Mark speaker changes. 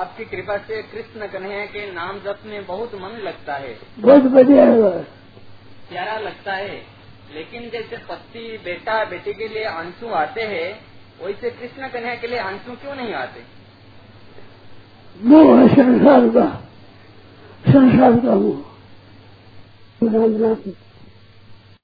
Speaker 1: आपकी कृपा से कृष्ण कन्हैया के नाम जप में बहुत मन लगता है
Speaker 2: बहुत बढ़िया हुआ
Speaker 1: प्यारा लगता है लेकिन जैसे पति बेटा बेटी के लिए आंसू आते हैं वैसे कृष्ण कन्हैया के लिए आंसू क्यों नहीं आते
Speaker 2: मोह है संसार का संसार का मोह राम राम